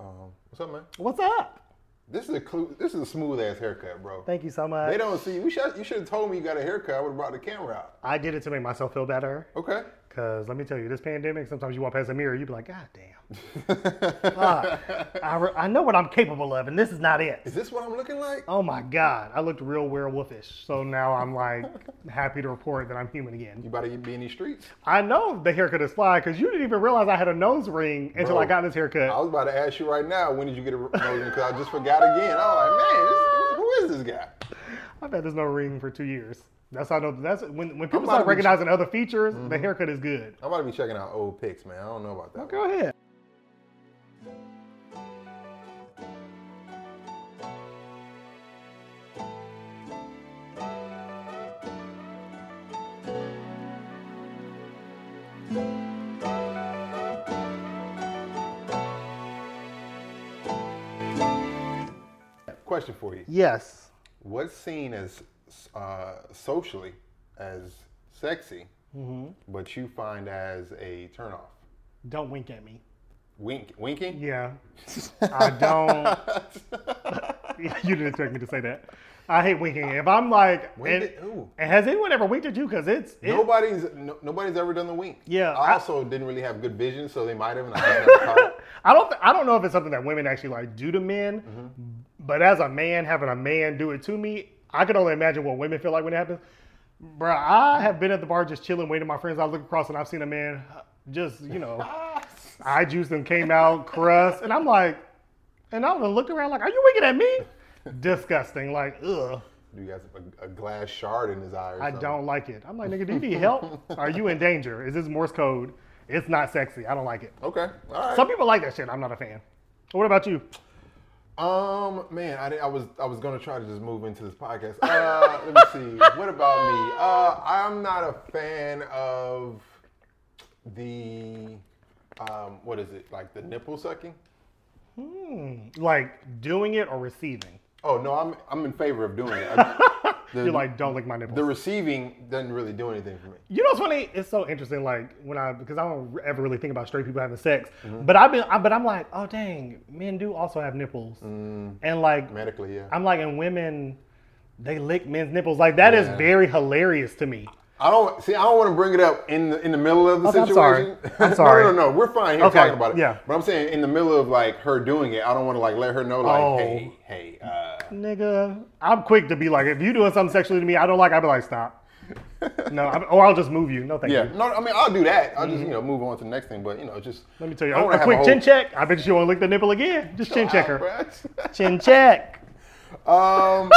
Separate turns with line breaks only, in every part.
Um, what's up, man?
What's up?
This is a clu- this is a smooth ass haircut, bro.
Thank you so much.
They don't see. We should you should have told me you got a haircut. I would have brought the camera out.
I did it to make myself feel better.
Okay.
Cause let me tell you, this pandemic, sometimes you walk past a mirror, you be like, God damn. Fuck. I, re- I know what I'm capable of, and this is not it.
Is this what I'm looking like?
Oh my God, I looked real werewolfish. So now I'm like happy to report that I'm human again.
You about to be in these streets?
I know the haircut is fly because you didn't even realize I had a nose ring until
Bro,
I got this haircut.
I was about to ask you right now. When did you get a promotion? Because I just forgot again. I was like, man, this, who is this guy?
I've had this no ring for two years. That's how I know. That's when when
about
people
to
start
be-
recognizing other features, the haircut is good.
I'm about to be checking out old pics, man. I don't know about that.
Go ahead.
Question for you:
Yes.
What's seen as uh, socially as sexy,
Mm-hmm.
but you find as a turnoff?
Don't wink at me.
Wink, winking.
Yeah. I don't. you didn't expect me to say that. I hate winking. If I'm like,
Wink
and,
at- ooh.
and has anyone ever winked at you? Because it's it,
Nobody's no, nobody's ever done the wink.
Yeah,
I
I-
also didn't really have good vision, so they might have. And I just never caught it.
I don't. th- I don't know if it's something that women actually like do to men, but as a man, having a man do it to me, I can only imagine what women feel like when it happens. Bruh, I have been at the bar just chilling, waiting. My friends, I look across and I've seen a man just, you know, eye juice and came out crust, and I'm like, and I would have looked around like, are you winking at me? Disgusting. Like, ugh,
Dude has a, a glass shard in his eye. Or
I
something.
don't like it. I'm like, nigga, do you need help? Are you in danger? Is this Morse code? It's not sexy. I don't like it.
Okay, all right.
Some people like that shit. I'm not a fan. What about you?
um, man, I, did- I was I was gonna try to just move into this podcast. Uh, let me see. What about me? Uh, I'm not a fan of the um, what is it like the nipple sucking?
Hmm. like doing it or receiving.
Oh no, I'm I'm in favor of doing it. I- the,
You're like, don't lick my nipples.
the receiving doesn't really do anything for me.
you know what's funny? It's so interesting. Like when I, because I don't ever really think about straight people having sex,
Mm-hmm.
but I've been, I, but I'm like, oh dang, men do also have nipples,
Mm.
and like
Medically, yeah.
I'm like, and women, they lick men's nipples. Like that is
Yeah.
very hilarious to me.
I don't see. I don't want to bring it up in the in the middle of the
Okay, Oh, I'm
situation.
sorry. I'm sorry.
no, no, no. We're fine here
Okay,
talking about it.
yeah.
But I'm saying in the middle of like her doing it, I don't want to like let her know like,
Oh.
hey, hey, uh,
Nigga, I'm quick to be like, if you doing something sexually to me, I don't like. I'd be like, stop. No, I'm, or I'll just move you. No, thank
yeah.
you.
No, I mean I'll do that. I'll just you know move on to the next thing. But you know just
Mm-hmm. Let me tell you,
I
a,
don't
a
wanna have
quick
whole-
chin check. I bet you won't lick the nipple again. Just chin check her. Chin check.
um,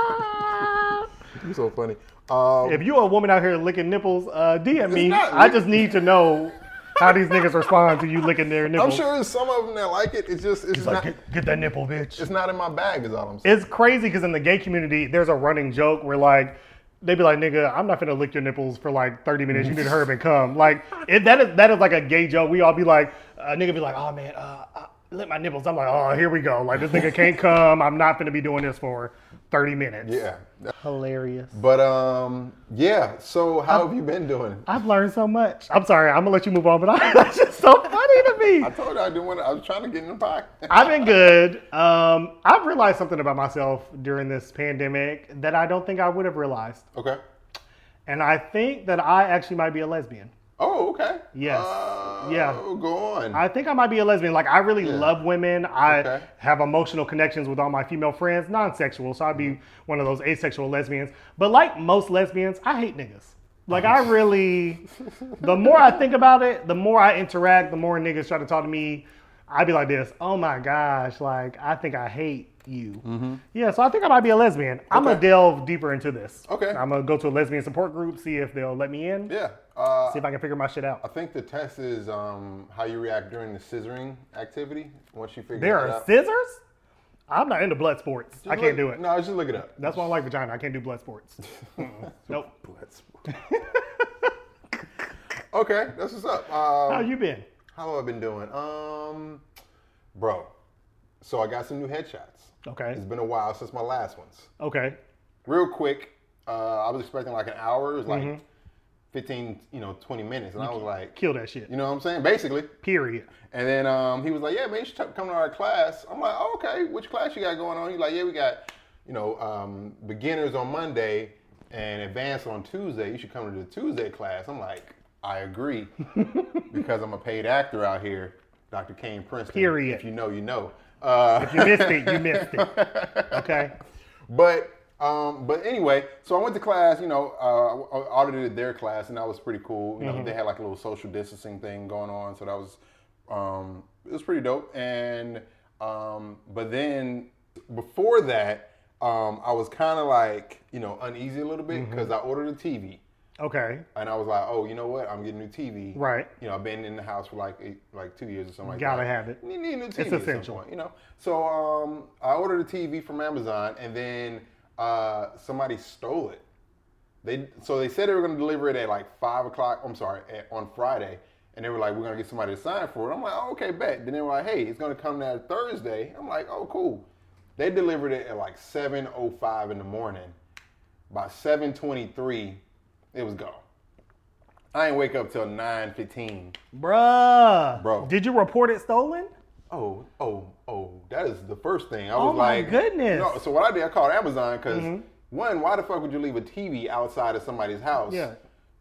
you're so funny. Um,
If you a woman out here licking nipples, uh, DM me.
not
I
lick-
just need to know how these niggas respond to you licking their
I'm
nipples.
sure there's some of them that like it. It's just it's
It's
not
like, get, get that nipple, bitch.
it's not in my bag. Is all I'm saying.
It's crazy because in the gay community, there's a running joke where like they be like, "Nigga, I'm not finna lick your nipples for like 30 minutes. You need to hurry up and come." Like it, that is that is like a gay joke. We all be like, a nigga be like, "Oh man, uh, uh, lick my nipples." I'm like, "Oh, here we go. Like this nigga can't come. I'm not finna be doing this for 30 minutes."
yeah.
Hilarious.
But um, yeah. So
Uh,
how have you been doing?
I've learned so much. I'm sorry. I'm gonna let you move on, but I, that's just so funny to me.
I told you I didn't want. to I was trying to get in the podcast.
I've been good. Um, I've realized something about myself during this pandemic that I don't think I would have realized.
Okay.
And I think that I actually might be a lesbian.
Oh, okay.
Yes.
Oh,
Yeah.
Go on.
I think I might be a lesbian. Like, I really love women. I
Okay.
have emotional connections with all my female friends, non sexual. So I'd be one of those asexual lesbians. But like most lesbians, I hate niggas. Like, I really, the more I think about it, the more I interact, the more niggas try to talk to me. I'd be like this, oh my gosh, like, I think I hate you. Yeah, so I think I might be a lesbian. I'm going
Mm-hmm. Okay.
to delve deeper into this.
Okay.
I'm going to go to a lesbian support group, see if they'll let me in,
yeah. Uh,
see if I can figure my shit out.
I think the test is um, how you react during the scissoring activity. Once you figure
There
that
are
out.
scissors? I'm not into blood sports. I
Just
can't
look-
do it.
No, just look it up.
That's why I like vagina. I can't do blood sports. Mm-mm. nope.
That's- okay, that's what's up. Um,
How you been?
how have I been doing? Um, bro, so I got some new headshots.
Okay.
It's been a while since my last ones.
Okay. Mm-hmm.
Real quick, uh, I was expecting like an hour. It was like 15, you know, 20 minutes. And I was like,
Kill that shit.
you know what I'm saying? Basically.
Period.
And then um, he was like, "Yeah, man, you should t- come to our class." I'm like, oh, "Okay, which class you got going on?" He's like, "Yeah, we got, you know, um, beginners on Monday and advanced on Tuesday. You should come to the Tuesday class." I'm like, "I agree," because I'm a paid actor out here, Dr. Kane Princeton.
Period.
If you know, you know. Uh,
You missed it. You missed it. Okay.
but um, but anyway, so I went to class. You know, uh, I audited their class, and that was pretty cool. You
Mm-hmm.
know, they had like a little social distancing thing going on, so that was um, it was pretty dope. And um, but then before that, um, I was kind of like you know uneasy a little
Mm-hmm.
bit because I ordered a TV.
Okay.
And I was like, oh, you know what? I'm getting a new TV.
Right.
You know, I've been in the house for like eight, like two years or something like
Gotta
that.
have it.
You need a new TV at some
essential.
point, you know. So um, I ordered a TV from Amazon, and then uh, somebody stole it. They so they said they were going to deliver it at like five o'clock. I'm sorry, at, on Friday, and they were like, "We're going to get somebody to sign for it." I'm like, oh, "Okay, bet." Then they were like, "Hey, it's going to come that Thursday." I'm like, "Oh, cool." They delivered it at like seven o five in the morning. By seven twenty three, it was gone. I didn't wake up till nine fifteen.
Bruh.
Bro.
Did you report it stolen?
Oh, oh, oh! That is the first thing I
Oh
was
my
like,
goodness. Mm-hmm.
No, so what I did, I called Amazon because one, why the fuck would you leave a TV outside of somebody's house?
Yeah.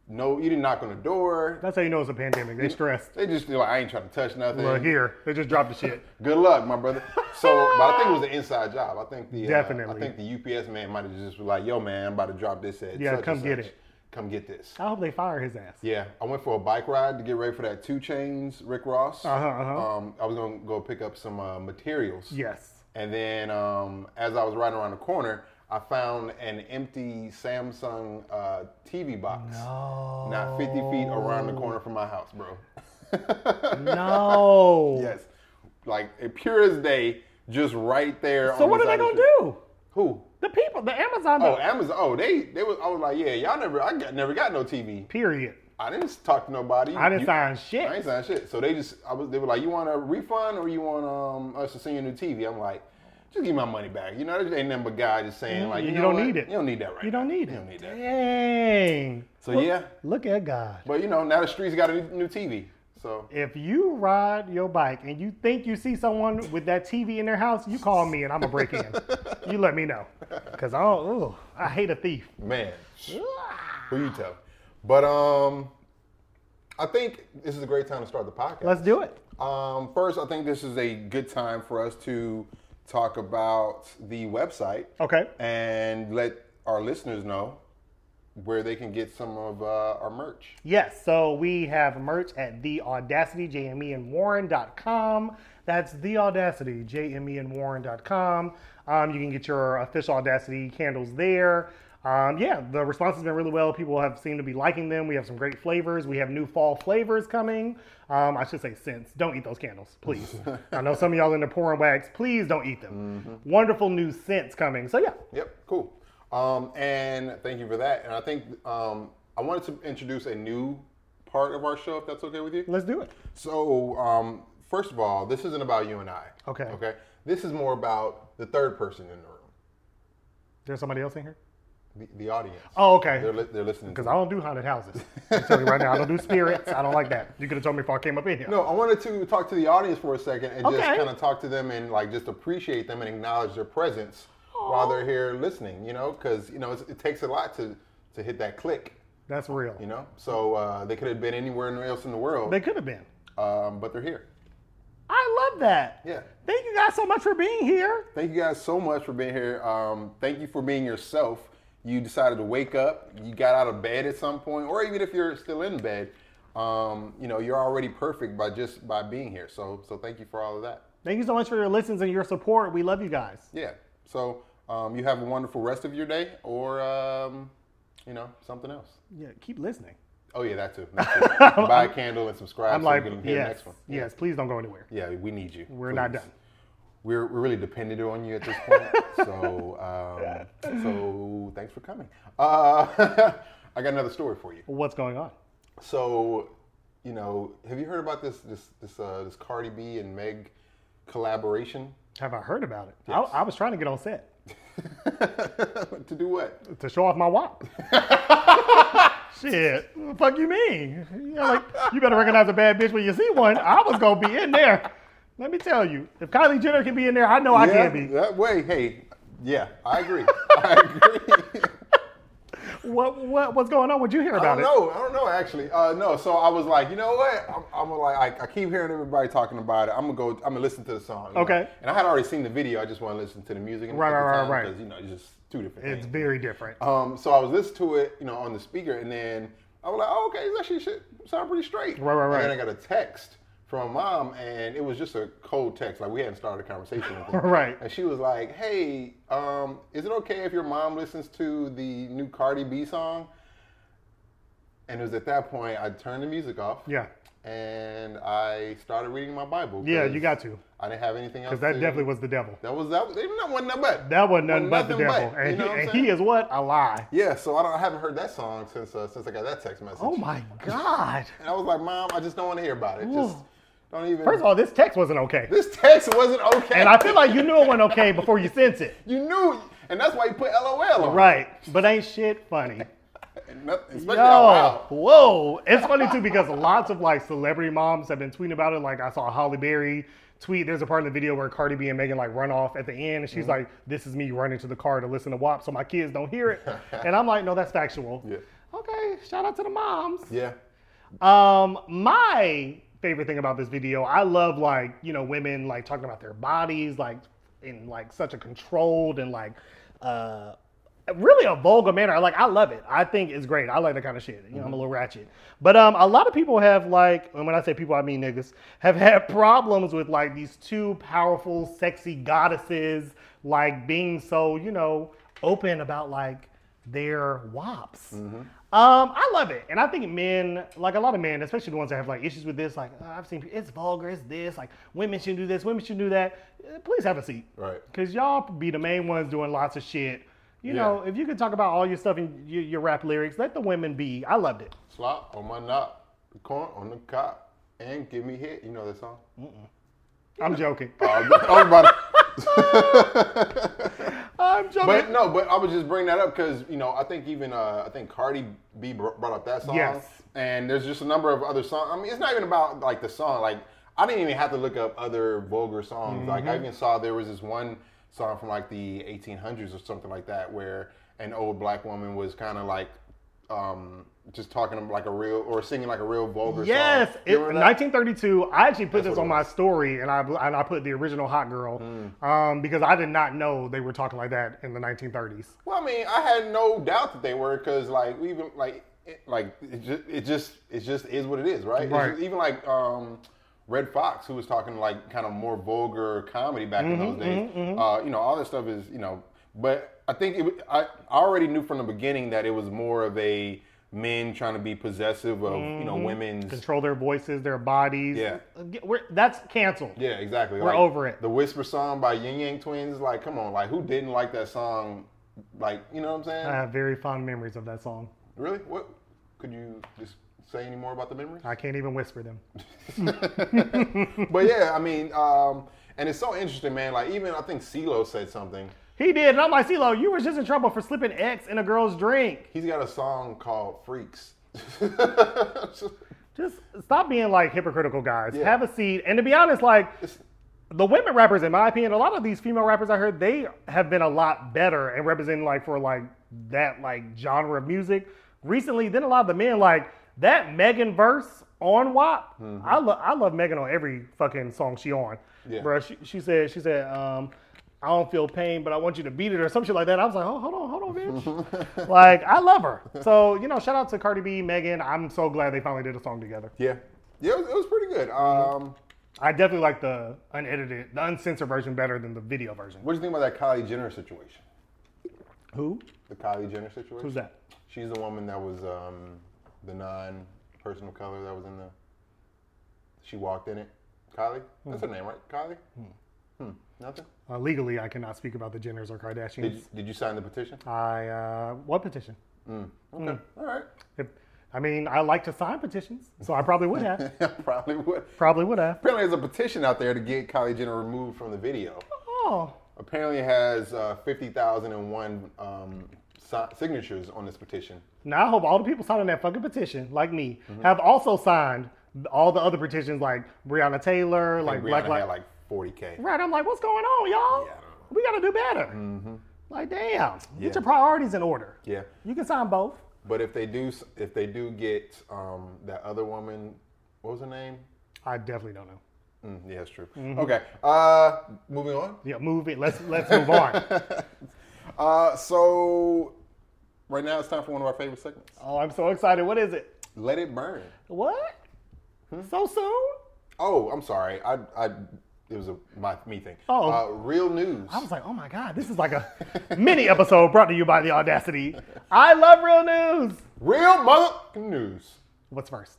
No, you didn't knock on the door.
That's how you know it's a pandemic. They stressed.
They just like, I ain't trying to touch nothing.
Look here. They just dropped the shit.
Good luck, my brother. So, but I think it was an inside job. I think the uh,
Definitely.
I think the UPS man might have just was like, "Yo, man, I'm about to drop this at
Yeah,
such and
come get
such.
it.
Come get this."
I hope they fire his ass.
Yeah, I went for a bike ride to get ready for that two chains Rick Ross.
Uh-huh, uh-huh.
Um, I was gonna go pick up some uh, materials.
Yes.
And then um, as I was riding around the corner, I found an empty Samsung uh, TV box.
No.
Not 50 feet around the corner from my house, bro.
No.
yes. Like it pure as day, just right there.
So
on
what
the
are they
side of
gonna
the street.
do?
Who?
The people, the Amazon.
Oh,
Oh,
Amazon. Oh, they they was. I was like, yeah, y'all never. I got, never got no TV.
period.
I didn't talk to nobody.
I didn't
You-
sign
I
shit.
ain't saying shit. So they just, I was, they were like, "You want a refund or you want um us to send you a new TV?" I'm like, "Just give me my money back." You know, that ain't nothing but God just saying like,
Mm-hmm. you
"You, know
don't
what?
need it.
You don't need that right
You don't
now.
need it.
You don't need that."
Dang.
So
Look-
yeah,
Look at God.
but you know, now the streets got a new TV. So
If you ride your bike and you think you see someone with that TV in their house, you call me and I'm gonna break in. You let me know, cause I don't. Ooh, I hate a thief.
man, who you tell? But um, I think this is a great time to start the podcast.
Let's do it.
Um, first, I think this is a good time for us to talk about the website.
Okay.
and let our listeners know where they can get some of uh, our merch.
Yes, so we have merch at the Audacity, JME E and Warren.com. That's the Audacity, JME E and Warren.com. Um, you can get your official Audacity candles there. Um, yeah, the response has been really well. People have seemed to be liking them. We have some great flavors. We have new fall flavors coming. Um, I should say scents. Don't eat those candles, please. I know some of y'all in the pouring wax. Please don't eat them. Wonderful new scents coming. So yeah,
Yep, cool. Um, and thank you for that. And I think um, I wanted to introduce a new part of our show, if that's okay with you.
let's do it.
So, um, first of all, this isn't about you and I.
Okay.
Okay. This is more about the third person in the
There's somebody else in here?
room, the, the audience.
Oh, okay.
They're, li- they're listening. to
Because I don't do haunted houses. I'm telling you right now, I don't do spirits. I don't like that. You could have told me before I came up in here.
No, I wanted to talk to the audience for a second and just
Okay.
kind of talk to them and like just appreciate them and acknowledge their presence while they're here listening. You know, because you know it's, it takes a lot to to hit that click.
That's real.
You know, so uh, they could have been anywhere else in the world,
They could have been.
um, but they're here.
I love that.
Yeah.
Thank you guys so much for being here.
Thank you guys so much for being here. Um, thank you for being yourself. You decided to wake up. You got out of bed at some point, or even if you're still in bed, um, you know you're already perfect by just by being here. So so thank you for all of that.
Thank you so much for your listens and your support. We love you guys.
Yeah. So um, you have a wonderful rest of your day, or um, you know something else.
Yeah, keep listening.
Oh yeah, that too. That too. Buy a candle and subscribe.
I'm
so
like,
you can hear the
yes,
next one.
yes, please don't go anywhere.
Yeah, we need you.
We're not
please.
done.
We're, we're really dependent on you at this point. so um, so thanks for coming. Uh, I got another story for you.
What's going on?
So you know, have you heard about this this this uh, this Cardi B and Meg collaboration?
Have I heard about it? I, I was trying to get on set
to do what?
to show off my wop. Shit, what the fuck you mean? Yeah, like you better recognize a bad bitch when you see one. I was gonna be in there. Let me tell you, if Kylie Jenner can be in there, I know I
yeah,
can be.
That way, hey, yeah, I agree. I agree.
What what what's going on? What'd you hear
I don't
about it?
know. I don't know actually. Uh, no, so I was like, you know what? I'm, I'm like, I, I keep hearing everybody talking about it. I'm gonna go. I'm gonna listen to the song. you
Okay.
know? And I had already seen the video. I just want to listen to the music. And
Right,
at the
right, right,
time,
right.
Because you know, it's just two different
It's
things.
very different.
Um, so I was listening to it, you know, on the speaker, and then I was like, oh, okay, this actually shit sound pretty straight.
Right, right, right.
And then I got a text from my mom, and it was just a cold text. Like, we hadn't started a conversation with her.
Right.
And she was like, hey, um, is it okay if your mom listens to the new Cardi B song? And it was at that point I turned the music off.
Yeah,
And I started reading my Bible.
yeah,
'cause
you got to
I didn't have anything else.
because that
to-
definitely was the devil.
That was that. was- That wasn't that bad.
That wasn't nothing but the
nothing
devil,
but, you
and,
know
he,
what I'm
and he
saying?
is what a lie.
Yeah, so I, don't, I haven't heard that song since uh, since I got that text message.
Oh my god!
And I was like, Mom, I just don't want to hear about it. Just
Ooh.
don't even.
First of all, this text wasn't okay,
this text wasn't okay.
and I feel like you knew it wasn't okay before you sent it.
you knew, and that's why you put LOL on.
Right, but ain't shit funny.
And nothing- especially
Yo,
out loud.
whoa! It's funny too because lots of like celebrity moms have been tweeting about it. Like I saw Holly Berry tweet. There's a part in the video where Cardi B and Megan like run off at the end, and she's
Mm-hmm.
like, "This is me running to the car to listen to WAP, so my kids don't hear it." and I'm like, "No, that's factual."
Yeah.
Okay, shout out to the moms.
Yeah.
Um, my favorite thing about this video, I love like you know women like talking about their bodies like in like such a controlled and like uh really a vulgar manner. Like I love it. I think it's great. I like that kind of shit. You know, I'm a little ratchet. But um, a lot of people have like, and when I say people, I mean niggas, have had problems with like these two powerful, sexy goddesses like being so you know open about like their wops.
Mm-hmm.
Um, I love it, and I think men, like a lot of men, especially the ones that have like issues with this, like "Oh, I've seen, it's vulgar, it's this, like women should do this, women should do that. Uh, Please have a seat,
Right.
because y'all be the main ones doing lots of shit. You
Yeah.
know, if you could talk about all your stuff and your, your rap lyrics, let the women be. I loved it.
Slop on my knock, corn on the cop, and give me hit. You know that song?
I'm joking.
Uh, I was about to-
I'm joking.
But no, but I would just bring that up because you know I think even uh, I think Cardi B br- brought up that song.
Yes.
And there's just a number of other songs. I mean, it's not even about like the song. Like I didn't even have to look up other vulgar songs. Like
Mm-hmm.
I even saw there was this one song from like the 1800s or something like that where an old black woman was kind of like. Um, just talking like a real or singing like a real vulgar
Yes,
song.
it,
You remember that?
1932. I actually put this
what
on
it Mm.
my story, and I and I put the original Hot Girl, um, because I did not know they were talking like that in the 1930s.
Well, I mean, I had no doubt that they were because, like, we even like, it, like it just, it just, it just is what it is, right? It's
Right.
just- even like um, Red Fox, who was talking like kind of more vulgar comedy back in
Mm-hmm,
those days. Uh, you know, all that stuff is, you know, but I think it, wa- I, I already knew from the beginning that it was more of a men trying to be possessive of you
Mm-hmm.
know women's.
Control their voices, their bodies.
Yeah.
We're, that's canceled.
Yeah, exactly.
We're over it.
The Whisper song by Yin Yang Twins, like, come on, like, who didn't like that song? Like, you know what I'm saying?
I have very fond memories of that song.
Really? What? Could you just say any more about the memories?
I can't even whisper them.
but yeah, I mean, um, and it's so interesting, man. Like even I think CeeLo said something.
He did, and I'm like, CeeLo, you was just in trouble for slipping X in a girl's drink.
He's got a song called Freaks.
Just stop being like hypocritical guys.
Yeah.
Have a seat. And to be honest, like
It's-
the women rappers, in my opinion, a lot of these female rappers I heard, they have been a lot better and representing like for like that like genre of music recently than a lot of the men. Like that Megan verse on WAP, I love I love Megan on every fucking song she on.
Mm-hmm. Yeah.
Bruh, she, she said she said um. I don't feel pain, but I want you to beat it or some shit like that. I was like, oh, hold on, hold on, bitch. like, I love her. So, you know, shout out to Cardi B, Megan. I'm so glad they finally did a song together.
yeah, yeah, it was, it was pretty good. Um,
I definitely like the unedited, the uncensored version better than the video version.
what do you think about that Kylie Jenner situation?
Who?
The Kylie Jenner situation.
Who's that?
She's the woman that was um, the non-person of color that was in the. She walked in it. Kylie. That's her name, right? Kylie. Hmm. Nothing.
Uh, legally, I cannot speak about the Jenners or Kardashians.
Did, did you sign the petition?
I uh, what petition?
Hmm. Okay. All right.
If, I mean, I like to sign petitions, so I probably would have.
Probably would.
probably would have.
Apparently, there's a petition out there to get Kylie Jenner removed from the video.
Oh,
Apparently, it has uh, 50,001 um, si- signatures on this petition.
Now I hope all the people signing that fucking petition, like me, have also signed all the other petitions, like Breonna Taylor, like
Like,
Black
Rihanna
Lives.
had like 40k.
Right. I'm like, what's going on, y'all?
Yeah, I don't know.
We got to do better. Like, damn.
Yeah.
Get your priorities in order.
Yeah,
You can sign both.
but if they do, s- if they do get um, that other woman, what was her name?
I definitely don't know.
Mm, yeah, it's true. Okay, uh, moving on.
Yeah, move it. Let's let's move on.
Uh, so right now it's time for one of our favorite segments.
Oh, I'm so excited. What is it?
Let it burn.
What? So soon?
Oh, I'm sorry. I, I it was a my me thing.
Oh.
uh, real news.
I was like, oh my god, this is like a mini episode brought to you by the Audacity. I love real news.
Real mother news.
What's first?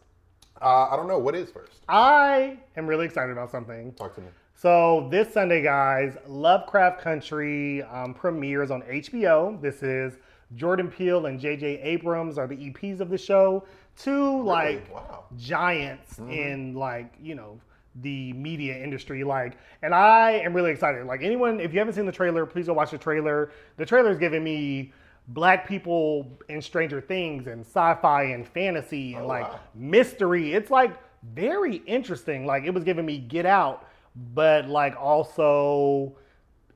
Uh, I don't know what is first.
I am really excited about something.
Talk to me.
So this Sunday, guys, Lovecraft Country um, premieres on HBO. This is Jordan Peele and J.J. Abrams are the EPs of the show. Two like
Really? wow.
giants
Mm-hmm.
in like you know the media industry like and i am really excited like anyone if you haven't seen the trailer please go watch the trailer the trailer is giving me black people in stranger things and sci-fi and fantasy and like
Oh, wow.
mystery it's like very interesting like it was giving me get out but like also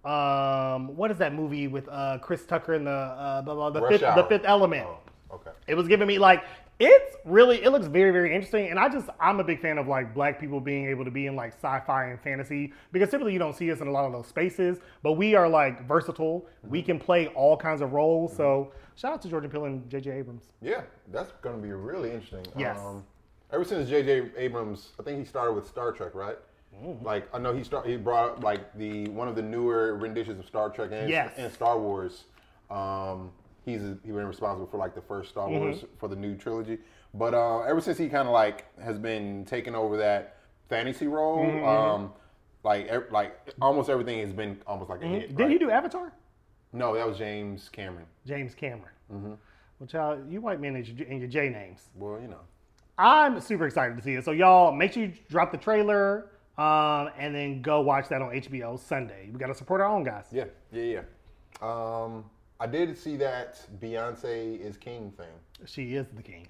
um what is that movie with uh chris tucker and the uh blah, blah, the,
Rush
fifth, the
Hour.
fifth element
Oh, okay.
it was giving me like it's really it looks very very interesting and i just i'm a big fan of like black people being able to be in like sci-fi and fantasy because typically you don't see us in a lot of those spaces but we are like versatile we can play all kinds of roles so shout out to jordan peele and jj abrams
Yeah, that's going to be really interesting. Um,
Yes.
ever since J.J. Abrams, I think he started with Star Trek, right?
Mm-hmm.
Like I know he start he brought up like the one of the newer renditions of Star Trek and,
Yes.
and Star Wars. Um, he's he was responsible for like the first Star
Mm-hmm.
Wars for the new trilogy. But uh, ever since he kind of like has been taking over that fantasy role,
Mm-hmm,
um, like ev- like almost everything has been almost like a hit.
Mm-hmm. did
right?
he do avatar
No, that was James Cameron.
james cameron
Mm-hmm.
well child you white men and your, and your j names
Well, you know.
I'm super excited to see it. So y'all, make sure you drop the trailer um, and then go watch that on HBO Sunday. We gotta support our own guys.
Yeah, yeah, yeah. Um, I did see that Beyonce is king thing.
She is the king.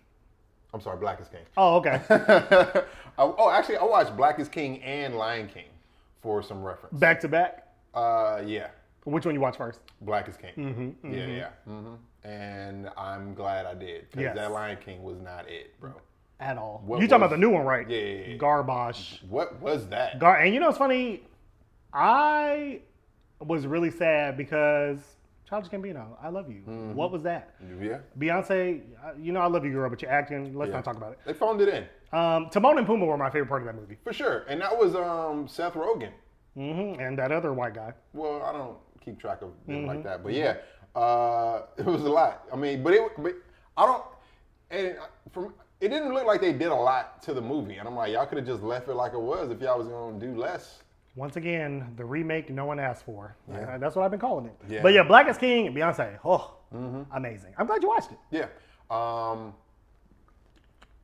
I'm sorry, Black is king.
Oh, okay.
I- oh, actually, I watched Black is King and Lion King for some reference.
back to back.
Uh, yeah,
Which one you watch first?
Black is King. Yeah, yeah. Mm-hmm. And I'm glad I did because
Yes.
that Lion King was not it, bro.
At all.
What
you talking
was-
about the new one, right?
Yeah, yeah, yeah.
Garbage.
What was that?
Gar- and you know what's funny? I was really sad because Childish Gambino, I love you.
Mm-hmm.
What was that?
yeah,
Beyonce, I- you know I love you, girl, but you're acting. Let's not talk about it.
they phoned it in
Um, Timon and Pumbaa were my favorite part of that movie.
for sure. And that was um Seth Rogen.
hmm And that other white guy.
Well, I don't keep track of them
Mm-hmm.
like that, but yeah, uh, it was a lot. I mean, but it, but I don't, and from it didn't look like they did a lot to the movie, and I'm like, y'all could have just left it like it was if y'all was gonna do less.
Once again, the remake no one asked for. Uh, That's what I've been calling it.
Yeah. Mm-hmm.
But yeah, Black is King, Beyonce. Oh, amazing. I'm glad you watched it.
Yeah. Um,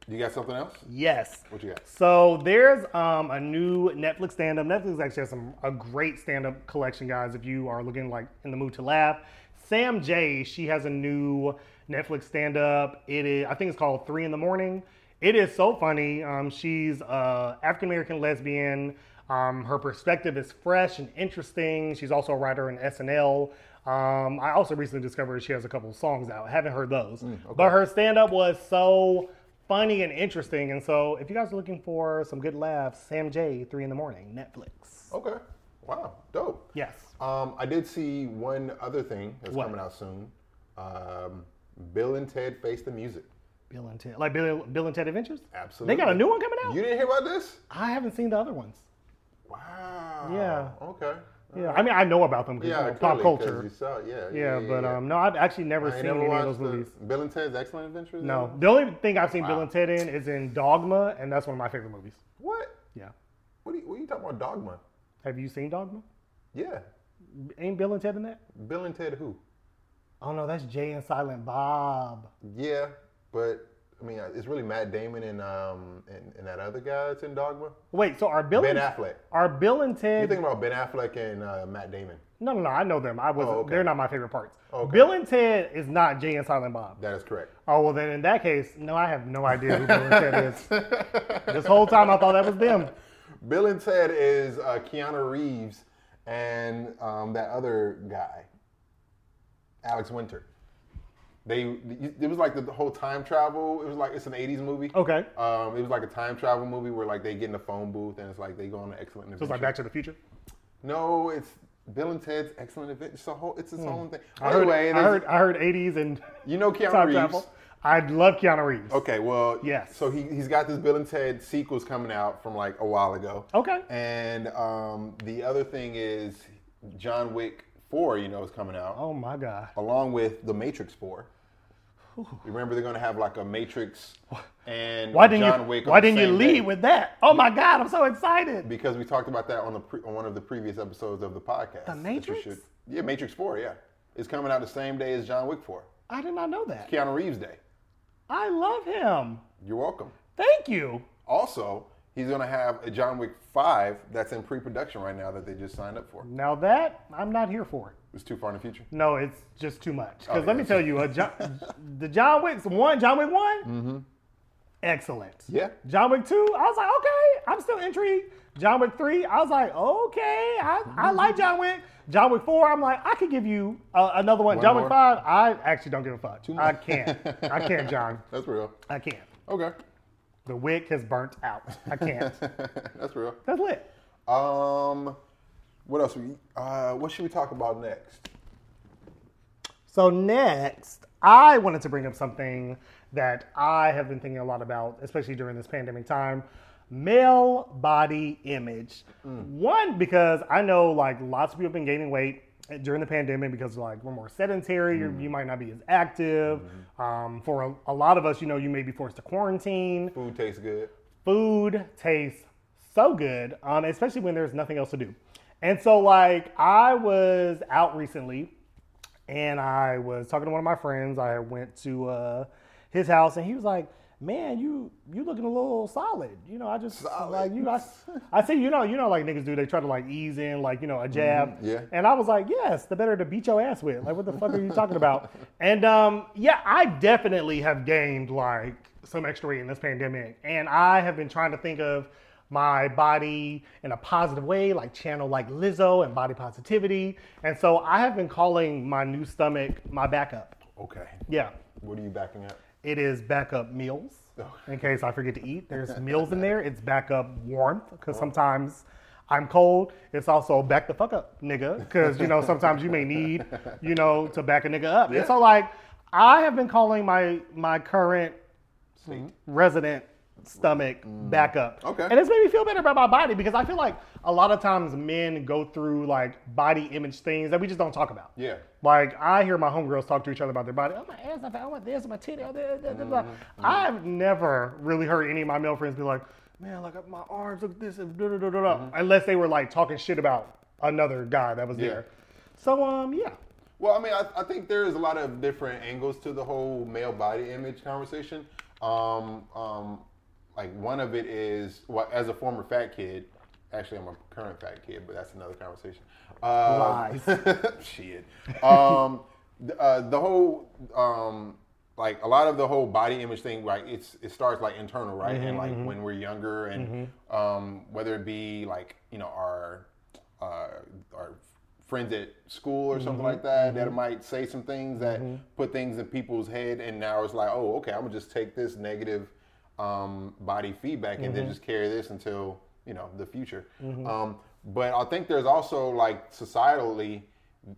you got something else?
Yes.
What you got?
So there's um, a new Netflix stand-up. Netflix actually has some a great stand-up collection, guys. If you are looking like in the mood to laugh, Sam J. She has a new Netflix stand-up. It is I think it's called Three in the Morning. It is so funny. Um, she's a African American lesbian. Um, her perspective is fresh and interesting. She's also a writer in SNL. Um, I also recently discovered she has a couple of songs out. I haven't heard those, but her stand-up was so funny and interesting. And so, if you guys are looking for some good laughs, Sam J, three in the morning, Netflix.
Okay. Wow. Dope.
Yes.
Um, I did see one other thing that's
What?
coming out soon. Um, Bill and Ted Face the Music.
Bill and Ted, like Bill, Bill and Ted Adventures.
Absolutely.
They got a new one coming out.
You didn't hear about this?
I haven't seen the other ones.
Wow.
Yeah.
Okay.
Yeah, I mean, I know about them because
Yeah,
pop
clearly, 'cause you
culture.
saw, yeah,
Yeah, but um, no, I've actually never
I ain't
seen
never
any of those
watched the-
movies.
Bill and Ted's Excellent Adventures.
No,
either?
the only thing I've seen Bill and Ted in is in Dogma, and that's one of my favorite movies.
What?
Yeah.
What are you, what are you talking about? Dogma.
Have you seen Dogma?
Yeah.
Ain't Bill and Ted in that?
Bill and Ted who?
Oh no, that's Jay and Silent Bob.
Yeah, but I mean, it's really Matt Damon and um and, and that other guy that's in Dogma.
Wait, so are Bill
Ben
and
Affleck.
are Bill and
You're
Ted?
thinking about Ben Affleck and uh, Matt Damon.
no, no, no. I know them. I wasn't.
Oh, okay.
They're not my favorite parts.
Okay.
Bill and Ted is not Jay and Silent Bob.
That is correct.
Oh well, then in that case, no, I have no idea who Bill and Ted is. This whole time I thought that was them.
Bill and Ted is uh, Keanu Reeves and um, that other guy, Alex Winter. They it was like the, the whole time travel. It was like it's an '80s movie.
Okay, so
Um, it was like a time travel movie where like they get in a phone booth and it's like they go on an excellent adventure.
it's like Back to the Future.
no, it's Bill and Ted's excellent adventure. It's a whole it's its own thing.
Hmm. I heard.
anyway,
I
there's-
heard. I heard 80s and
you know Keanu
time
Reeves.
travel. I love Keanu Reeves.
Okay, well,
Yes.
So he he's got this Bill and Ted sequels coming out from like a while ago.
Okay.
And um, the other thing is John Wick Four, you know, is coming out
Oh my God.
along with the Matrix Four. Remember, they're gonna have like a Matrix and
Why didn't
John
you?
Wick. on
why
the
didn't you
same
lead
day.
with that? Oh my God, I'm so excited.
Because we talked about that on the pre- on one of the previous episodes of the podcast. The
Matrix?
yeah, Matrix Four. Yeah, it's coming out the same day as John Wick Four.
I did not know that.
Keanu Reeves Day.
I love him.
You're welcome.
Thank you.
Also, he's going to have a John Wick 5 that's in pre production right now that they just signed up for.
Now that I'm not here for.
It's too far in the future.
No, it's just too much. Because
Oh,
let me
yeah.
tell you, a John, the John Wick's one, John Wick one, excellent.
Mm-hmm. Yeah.
John Wick two, I was like, okay, I'm still intrigued. John Wick three, I was like, okay, I, I
Mm-hmm.
like John Wick. John Wick four, I'm like, I could give you uh, another one.
One
John Wick
more.
five, I actually don't give a fuck.
more.
I can't. I can't, John.
That's real.
I can't.
Okay.
The wick has burnt out. I can't.
that's real.
That's lit.
Um, what else? We, uh, what should we talk about next?
So next, I wanted to bring up something that I have been thinking a lot about, especially during this pandemic time: male body image. One because I know like lots of people have been gaining weight during the pandemic because like we're more sedentary, you you might not be as active. Um, for a, a lot of us, you know, you may be forced to quarantine.
Food tastes good.
Food tastes so good, um, especially when there's nothing else to do. And so, like, I was out recently and I was talking to one of my friends. I went to uh, his house, and he was like, "Man, you you looking a little solid. You know, I just
Solid.
like you. I, I see you know you know like niggas do. They try to like ease in like you know a jab.
yeah.
And I was like, yes, the better to beat your ass with. Like, what the fuck are you talking about? And um, yeah, I definitely have gained like some extra weight in this pandemic, and I have been trying to think of my body in a positive way, like channel like Lizzo and body positivity. And so I have been calling my new stomach my backup.
Okay.
Yeah,
What are you backing up?
it is backup meals. In case I forget to eat, there's meals in there. It's backup warmth because sometimes I'm cold. It's also back the fuck up, nigga, because you know sometimes you may need, you know, to back a nigga up. And so like, I have been calling my my current resident stomach back up.
Okay.
And it's made me feel better about my body because I feel like a lot of times men go through like body image things that we just don't talk about.
Yeah.
Like I hear my homegirls talk to each other about their body. Oh my ass, I want this, my titty, oh, this, this, this, this. I've never really heard any of my male friends be like, man, like my arms, look at this, and da, da, da, da, da," unless they were like talking shit about another guy that was
Yeah.
there. So um, yeah,
Well, I mean, I, I think there is a lot of different angles to the whole male body image conversation. Um, um, like one of it is, well, as a former fat kid, actually I'm a current fat kid, but that's another conversation. Uh, shit. Um, th- uh, the whole, um, like a lot of the whole body image thing, like it's it starts like internal, right? And like when we're younger, and um, whether it be like you know our uh, our friends at school or something like that that might say some things that put things in people's head and now it's like oh okay i'm gonna just take this negative um, body feedback and
Mm-hmm.
then just carry this until you know the future um, but i think there's also like societally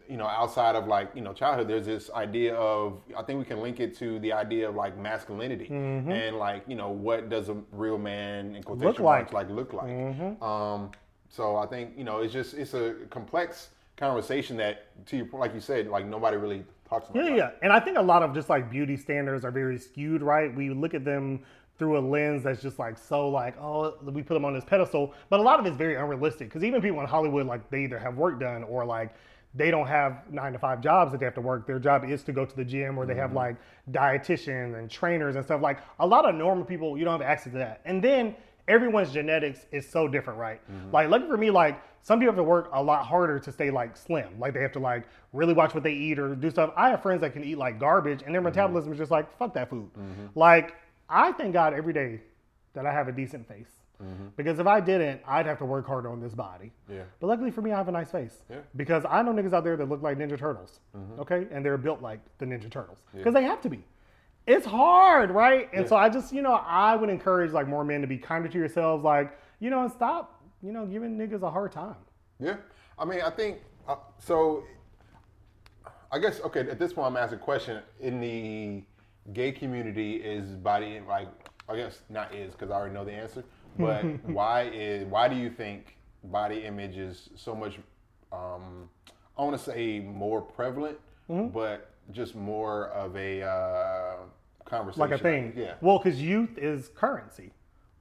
you know outside of like you know childhood there's this idea of i think we can link it to the idea of like masculinity
Mm-hmm.
and like you know what does a real man in quotation marks like look like
Mm-hmm.
um, so I think you know it's just it's a complex conversation that to your point, like you said, like nobody really talks about.
yeah, yeah, yeah. And I think a lot of just like beauty standards are very skewed, right? We look at them through a lens that's just like so like oh we put them on this pedestal, but a lot of it's very unrealistic because even people in Hollywood like they either have work done or like they don't have nine to five jobs that they have to work. Their job is to go to the gym or they have like dietitians and trainers and stuff. Like a lot of normal people, you don't have access to that. And then everyone's genetics is so different, right? Like lucky for me, like some people have to work a lot harder to stay like slim. Like they have to like really watch what they eat or do stuff. I have friends that can eat like garbage and their metabolism is just like, fuck that food. Like I thank God every day that I have a decent face. Because if I didn't, I'd have to work harder on this body.
Yeah.
But luckily for me, I have a nice face.
Yeah.
Because I know niggas out there that look like Ninja Turtles, okay? And they're built like the Ninja Turtles because they have to be. It's hard, right? And so I just, you know, I would encourage like more men to be kinder to yourselves, like, you know, and stop, you know, giving niggas a hard time.
Yeah, I mean, I think uh, so. I guess okay. At this point, I'm asking a question. In the gay community, is body like I guess not is because I already know the answer. But why is why do you think body image is so much? Um, I want to say more prevalent,
Mm-hmm.
but just more of a uh, conversation,
Like a thing.
Yeah,
Well, because youth is currency.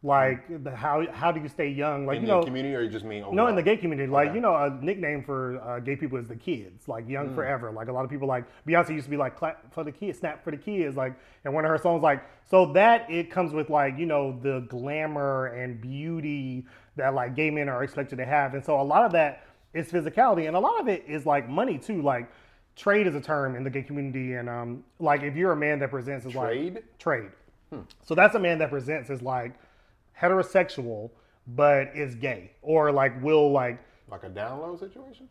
Like, the, how how do you stay young? Like,
in
you
the
know,
community, or you just mean
No, in
overall?
the gay community, like you know, a nickname for uh, gay people is the kids, like young forever. Like a lot of people, like Beyonce used to be like clap for the kids, snap for the kids, like. And one of her songs, like, so that it comes with like you know the glamour and beauty that like gay men are expected to have, and so a lot of that is physicality, and a lot of it is like money too, like. Trade is a term in the gay community, and um, like if you're a man that presents as like
trade.
trade.
Hmm.
So that's a man that presents as like heterosexual but is gay or like will like
Like a down low situation?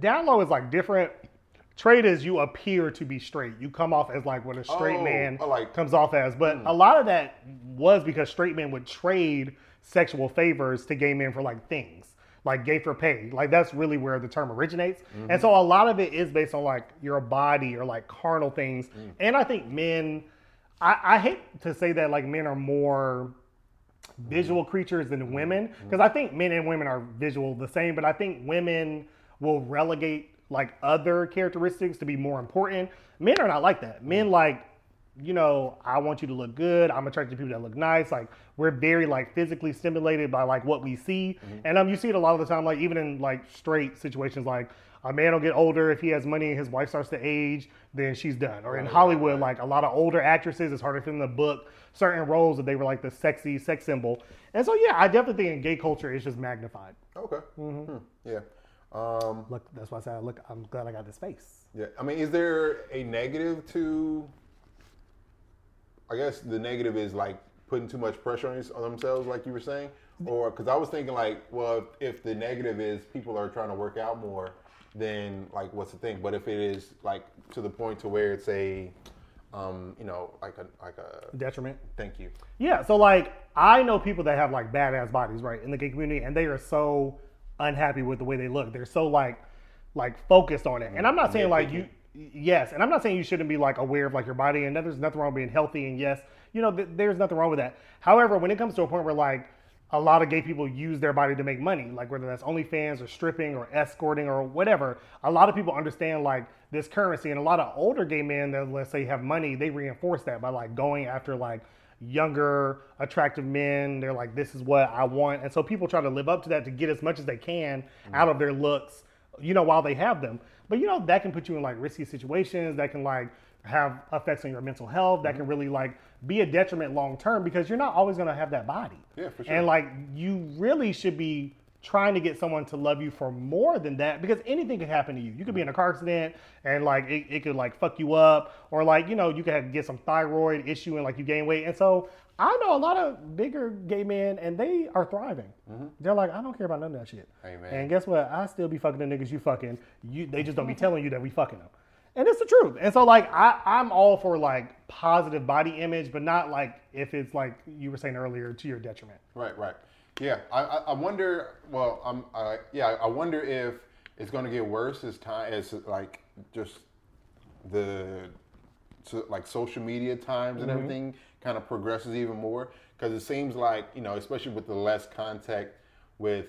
down low is like different. Trade is you appear to be straight. You come off as like what a straight
Oh,
man
I like-
comes off as. But a lot of that was because straight men would trade sexual favors to gay men for like things, like gay for pay. Like that's really where the term originates. And so a lot of it is based on like your body or like carnal things. And I think men, I, I hate to say that like men are more visual creatures than women because I think men and women are visual the same, but I think women will relegate like other characteristics to be more important. Men are not like that. Men like you know, I want you to look good. I'm attracted to people that look nice. Like we're very like physically stimulated by like what we see, and um, you see it a lot of the time. Like even in like straight situations, like a man will get older if he has money and his wife starts to age, then she's done. Or in Hollywood, like a lot of older actresses, it's harder for them to book certain roles that they were like the sexy sex symbol. And so yeah, I definitely think in gay culture it's just magnified.
Okay. Hmm. Yeah. Um,
Look, that's why I said look. I'm glad I got this face.
Yeah, I mean, is there a negative to? I guess the negative is like putting too much pressure on, your- on themselves, like you were saying, or because I was thinking like, well, if the negative is people are trying to work out more, then like, what's the thing? But if it is like to the point to where it's a, um, you know, like a like a
Detriment.
thank you.
Yeah, so like I know people that have like badass bodies, right, in the gay community, and they are so unhappy with the way they look. They're so like, like focused on it. And I'm not saying like you, yes, and I'm not saying you shouldn't be like aware of like your body, and there's nothing wrong with being healthy, and yes, you know, th- there's nothing wrong with that. However, when it comes to a point where like a lot of gay people use their body to make money, like whether that's OnlyFans or stripping or escorting or whatever. A lot of people understand like this currency, and a lot of older gay men that let's say have money, they reinforce that by like going after like younger, attractive men. They're like, this is what I want, and so people try to live up to that to get as much as they can out of their looks, you know, while they have them. But you know that can put you in like risky situations. That can like have effects on your mental health. That
Mm-hmm.
can really like be a detriment long term because you're not always gonna have that body.
Yeah, for sure.
And like you really should be trying to get someone to love you for more than that because anything could happen to you. You could be in a car accident and like it, it could like fuck you up or like, you know, you could have, get some thyroid issue and like you gain weight. And so I know a lot of bigger gay men and they are thriving. They're like, I don't care about none of that shit.
Mm-hmm. Amen.
And guess what? I still be fucking the niggas you fucking. You they just don't be telling you that we fucking them. And it's the truth. And so like I, I'm all for like positive body image, but not like if it's like you were saying earlier to your detriment.
Right, right. Yeah, I, I, I wonder. Well, I'm. Uh, yeah, I wonder if it's going to get worse as time as like just the so, like social media times and everything kind of progresses even more because it seems like you know, especially with the less contact with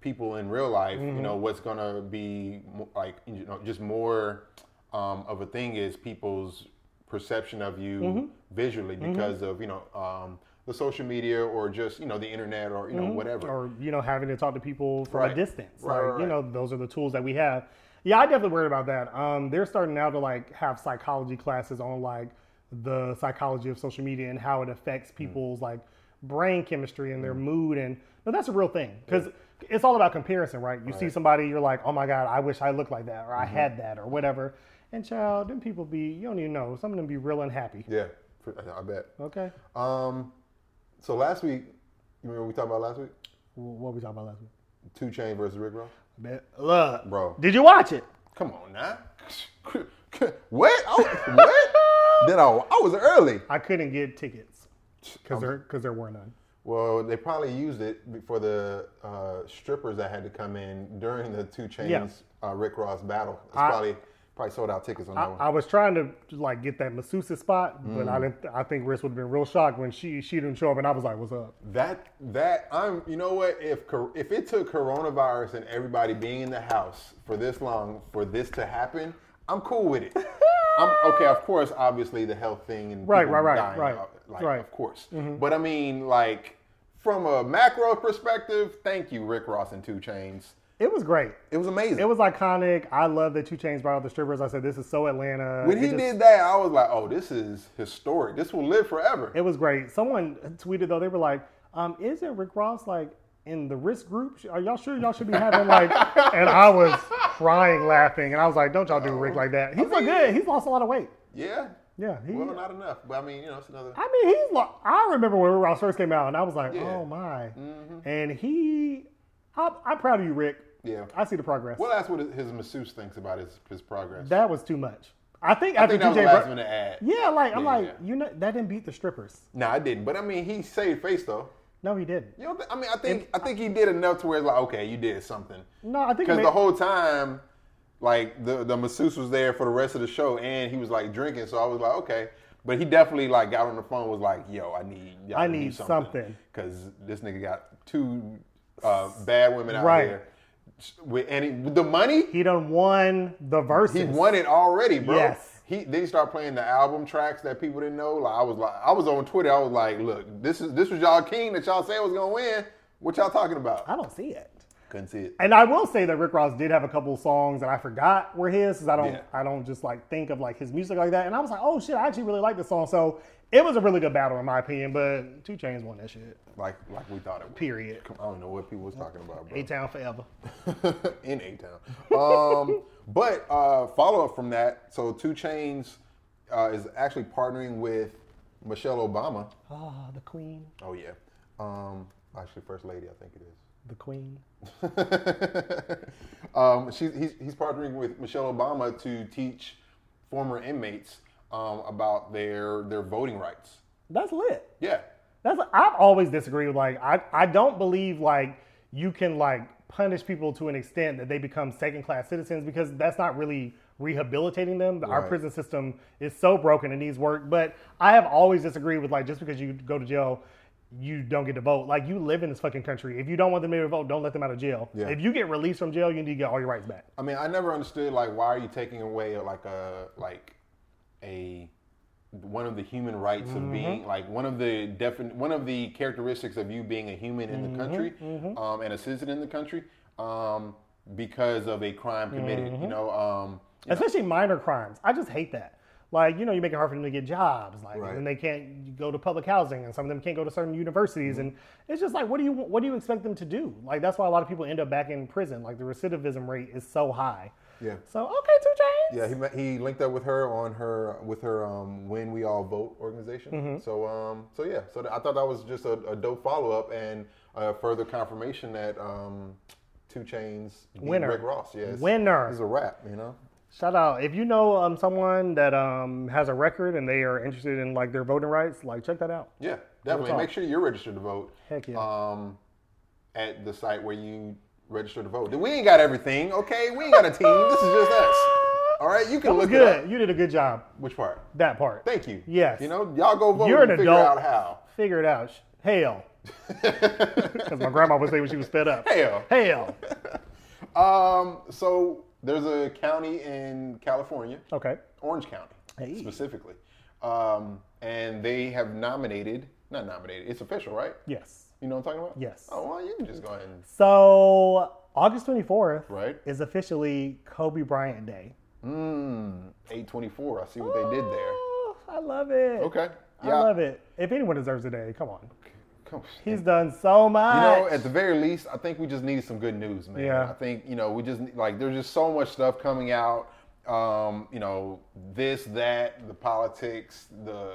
people in real life, you know, what's going to be mo- like you know just more um, of a thing is people's perception of you visually because of you know um, the social media or just you know the internet or you know whatever.
Or, you know, having to talk to people from a
Right.
distance.
Right,
like,
right,
you
right.
know, those are the tools that we have. Yeah, I definitely worried about that. Um, they're starting now to like have psychology classes on like the psychology of social media and how it affects people's like brain chemistry and their mood and no, that's a real thing because it's all about comparison, right? Mm-hmm. You see somebody, you're like, oh my god, I wish I looked like that or I had that or whatever. And child, them people be you don't even know. Some of them be real unhappy.
Yeah, for- I bet.
Okay,
Um, so last week, you remember we talked about last week?
Wh- what we talking about last week?
Two Chain versus Rick Ross.
Bet- Look,
Bro.
did you watch it?
Come on now. what? I was- what? then I, I was early.
I couldn't get tickets because there
Oh.
because there were none.
Well, they probably used it for the uh, strippers that had to come in during the Two Chains uh, Rick Ross battle. It's probably probably sold out tickets on that one.
I was trying to like get that masseuse spot, but I
Mm.
didn't. I think Riz would have been real shocked when she she didn't show up, and I was like, "What's up?"
That that I'm you know what if cor- if it took coronavirus and everybody being in the house for this long for this to happen, I'm cool with it. I'm okay, of course, obviously the health thing and
Right,
people
right, right,
dying,
right,
uh, like,
right. Mm-hmm.
of course. But I mean, like from a macro perspective, thank you, Rick Ross and Two Chains.
It was great.
It was amazing.
It was iconic. I love that Two Chains brought out the strippers. I said, "This is so Atlanta."
when
It
he
just-
did that, I was like, oh, this is historic. This will live forever.
it was great. Someone tweeted though, they were like, um, "Isn't Rick Ross like in the risk group? Are y'all sure y'all should be having like?" and I was crying, laughing, and I was like, "Don't y'all do Rick like that? He's look good. He's lost a lot of weight.
yeah.
Yeah, he,
Well, not enough. But I mean, you know, it's another.
I mean, he's. lo- I remember when Rick Ross first came out, and I was like,
Yeah. Mm-hmm.
"Oh my!" And he, I, I'm proud of you, Rick.
Yeah.
I see the progress.
Well, that's what his masseuse thinks about his, his progress.
that was too much. I think
I
after
think that was the
DJ,
last
Bro-
minute ad.
yeah, like I'm
Yeah,
like,
yeah.
you know, that didn't beat the strippers.
No, I didn't. But I mean, he saved face though.
No, he didn't.
You know, I mean, I think I think he did enough to where it's like, okay, you did something.
No, I think it
Because
made-
the whole time, like the the masseuse was there for the rest of the show, and he was like drinking. So I was like, okay. But he definitely like got on the phone, was like, "Yo, I need, y'all
I
to do
need something.
because this nigga got two uh, bad women out
Right.
here with any with the money
he done won the verses.
he won it already, bro.
Yes.
He then he started playing the album tracks that people didn't know. Like I was like, I was on Twitter. I was like, look, this is this was y'all king that y'all said was gonna win. What y'all talking about?
I don't see it.
Couldn't see it.
And I will say that Rick Ross did have a couple of songs that I forgot were his, because I don't,
Yeah.
I don't just like think of like his music like that. And I was like, oh shit, I actually really like this song. So it was a really good battle in my opinion. But Two Chains won that shit.
Like like we thought it. Would.
Period.
I don't know what people was talking about,
A Town forever.
bro. In A Town. Um, but uh, follow up from that. So Two Chains uh, is actually partnering with Michelle Obama.
Ah, the Queen,
Oh yeah. Um, actually, First Lady, I think it is.
the Queen.
um, she's, he's, he's partnering with Michelle Obama to teach former inmates um, about their their voting rights.
That's lit.
Yeah,
That's I've always disagreed with like I I don't believe like you can like punish people to an extent that they become second class citizens because that's not really rehabilitating them. Our
Right.
prison system is so broken and needs work. But I have always disagreed with like just because you go to jail you don't get to vote. Like you live in this fucking country. If you don't want them to be able to vote, don't let them out of jail.
Yeah.
If you get released from jail, you need to get all your rights back.
I mean, I never understood like why are you taking away like a like a one of the human rights of being like one of the defin- one of the characteristics of you being a human in the country um, and a citizen in the country um, because of a crime committed. You know. Um,
especially minor crimes. I just hate that. Like you know, you make it hard for them to get jobs, like
Right.
and they can't go to public housing, and some of them can't go to certain universities, and
Mm-hmm.
it's just like, what do you what do you expect them to do? Like that's why a lot of people end up back in prison. Like the recidivism rate is so high.
yeah.
So okay, two chains.
Yeah, he met, he linked up with her on her with her um, when we all vote organization.
Mm-hmm.
So um so yeah, so th- I thought that was just a, a dope follow up and a further confirmation that um Two Chains beat
Winner.
Rick Ross. Yes,
Winner.
He's a rap, you know.
Shout out if you know um, someone that um, has a record and they are interested in like their voting rights, like check that out.
Yeah, definitely.
talk.
Make sure you're registered to vote.
Heck yeah.
Um, at the site where you register to vote. We ain't got everything, okay? We ain't got a team. This is just us. All right, you can look it up.
Good, you did a good job.
Which part?
That part.
Thank you.
Yes.
You know, y'all go vote
You're
and
an
figure
adult.
out how.
Figure it out. Hell, because my grandma would say when she was fed up.
Hell.
Hell.
Um, so there's a county in California,
Okay.
Orange County
Hey.
specifically, um, and they have nominated, not nominated, it's official, right?
Yes.
You know what I'm talking about?
Yes.
Oh, well, you can just go ahead and.
So August 24th
right?
is officially Kobe Bryant Day.
Mm, 824. I see what they did there.
Oh, I love it.
Okay.
I love it. If anyone deserves a day, come on.
Come-
He's done so much.
You know, at the very least, I think we just need some good news, man.
Yeah.
I think you know we just need- like there's just so much stuff coming out. Um, you know, this, that, the politics, the